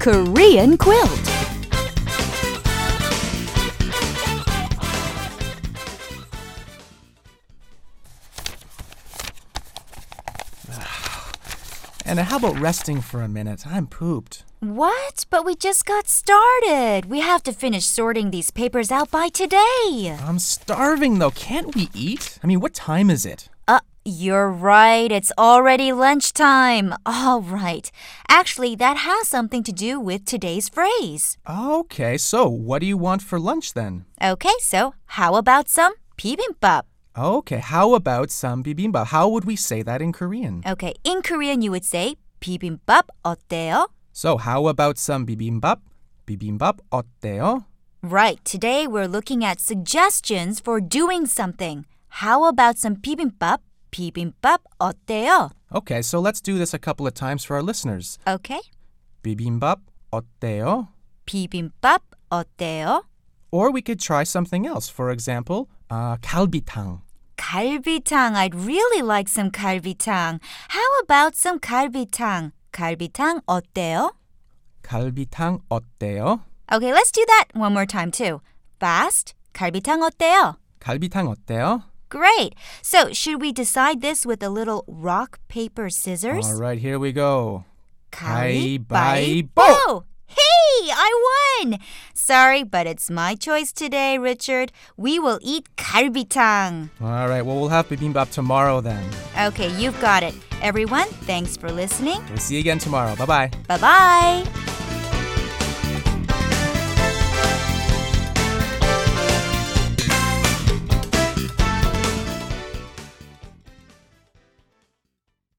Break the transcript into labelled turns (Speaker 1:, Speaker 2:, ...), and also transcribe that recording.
Speaker 1: Korean quilt.
Speaker 2: And how about resting for a minute? I'm pooped.
Speaker 3: What? But we just got started. We have to finish sorting these papers out by today.
Speaker 2: I'm starving though. Can't we eat? I mean, what time is it?
Speaker 3: Uh, you're right. It's already lunchtime. All right. Actually, that has something to do with today's phrase.
Speaker 2: Okay, so what do you want for lunch then?
Speaker 3: Okay, so how about some bibimbap?
Speaker 2: Okay, how about some bibimbap? How would we say that in Korean?
Speaker 3: Okay, in Korean you would say bibimbap 어때요?
Speaker 2: So, how about some bibimbap? Bibimbap 어때요?
Speaker 3: Right. Today we're looking at suggestions for doing something. How about some bibimbap? 비빔밥 어때요?
Speaker 2: Okay, so let's do this a couple of times for our listeners.
Speaker 3: Okay.
Speaker 2: Bibimbap 어때요?
Speaker 3: 비빔밥 어때요?
Speaker 2: Or we could try something else. For example, uh, 갈비탕.
Speaker 3: 갈비탕. I'd really like some 갈비탕. How about some 갈비탕? 갈비탕 어때요?
Speaker 2: 갈비탕 어때요?
Speaker 3: Okay, let's do that one more time too. Fast. 갈비탕 어때요?
Speaker 2: 갈비탕 어때요?
Speaker 3: Great. So, should we decide this with a little rock, paper, scissors?
Speaker 2: All right, here we go.
Speaker 3: 가위바위보! Hey, I won! Sorry, but it's my choice today, Richard. We will eat 갈비탕.
Speaker 2: All right, well, we'll have bibimbap tomorrow then.
Speaker 3: Okay, you've got it. Everyone, thanks for listening.
Speaker 2: We'll see you again tomorrow. Bye bye.
Speaker 3: Bye bye.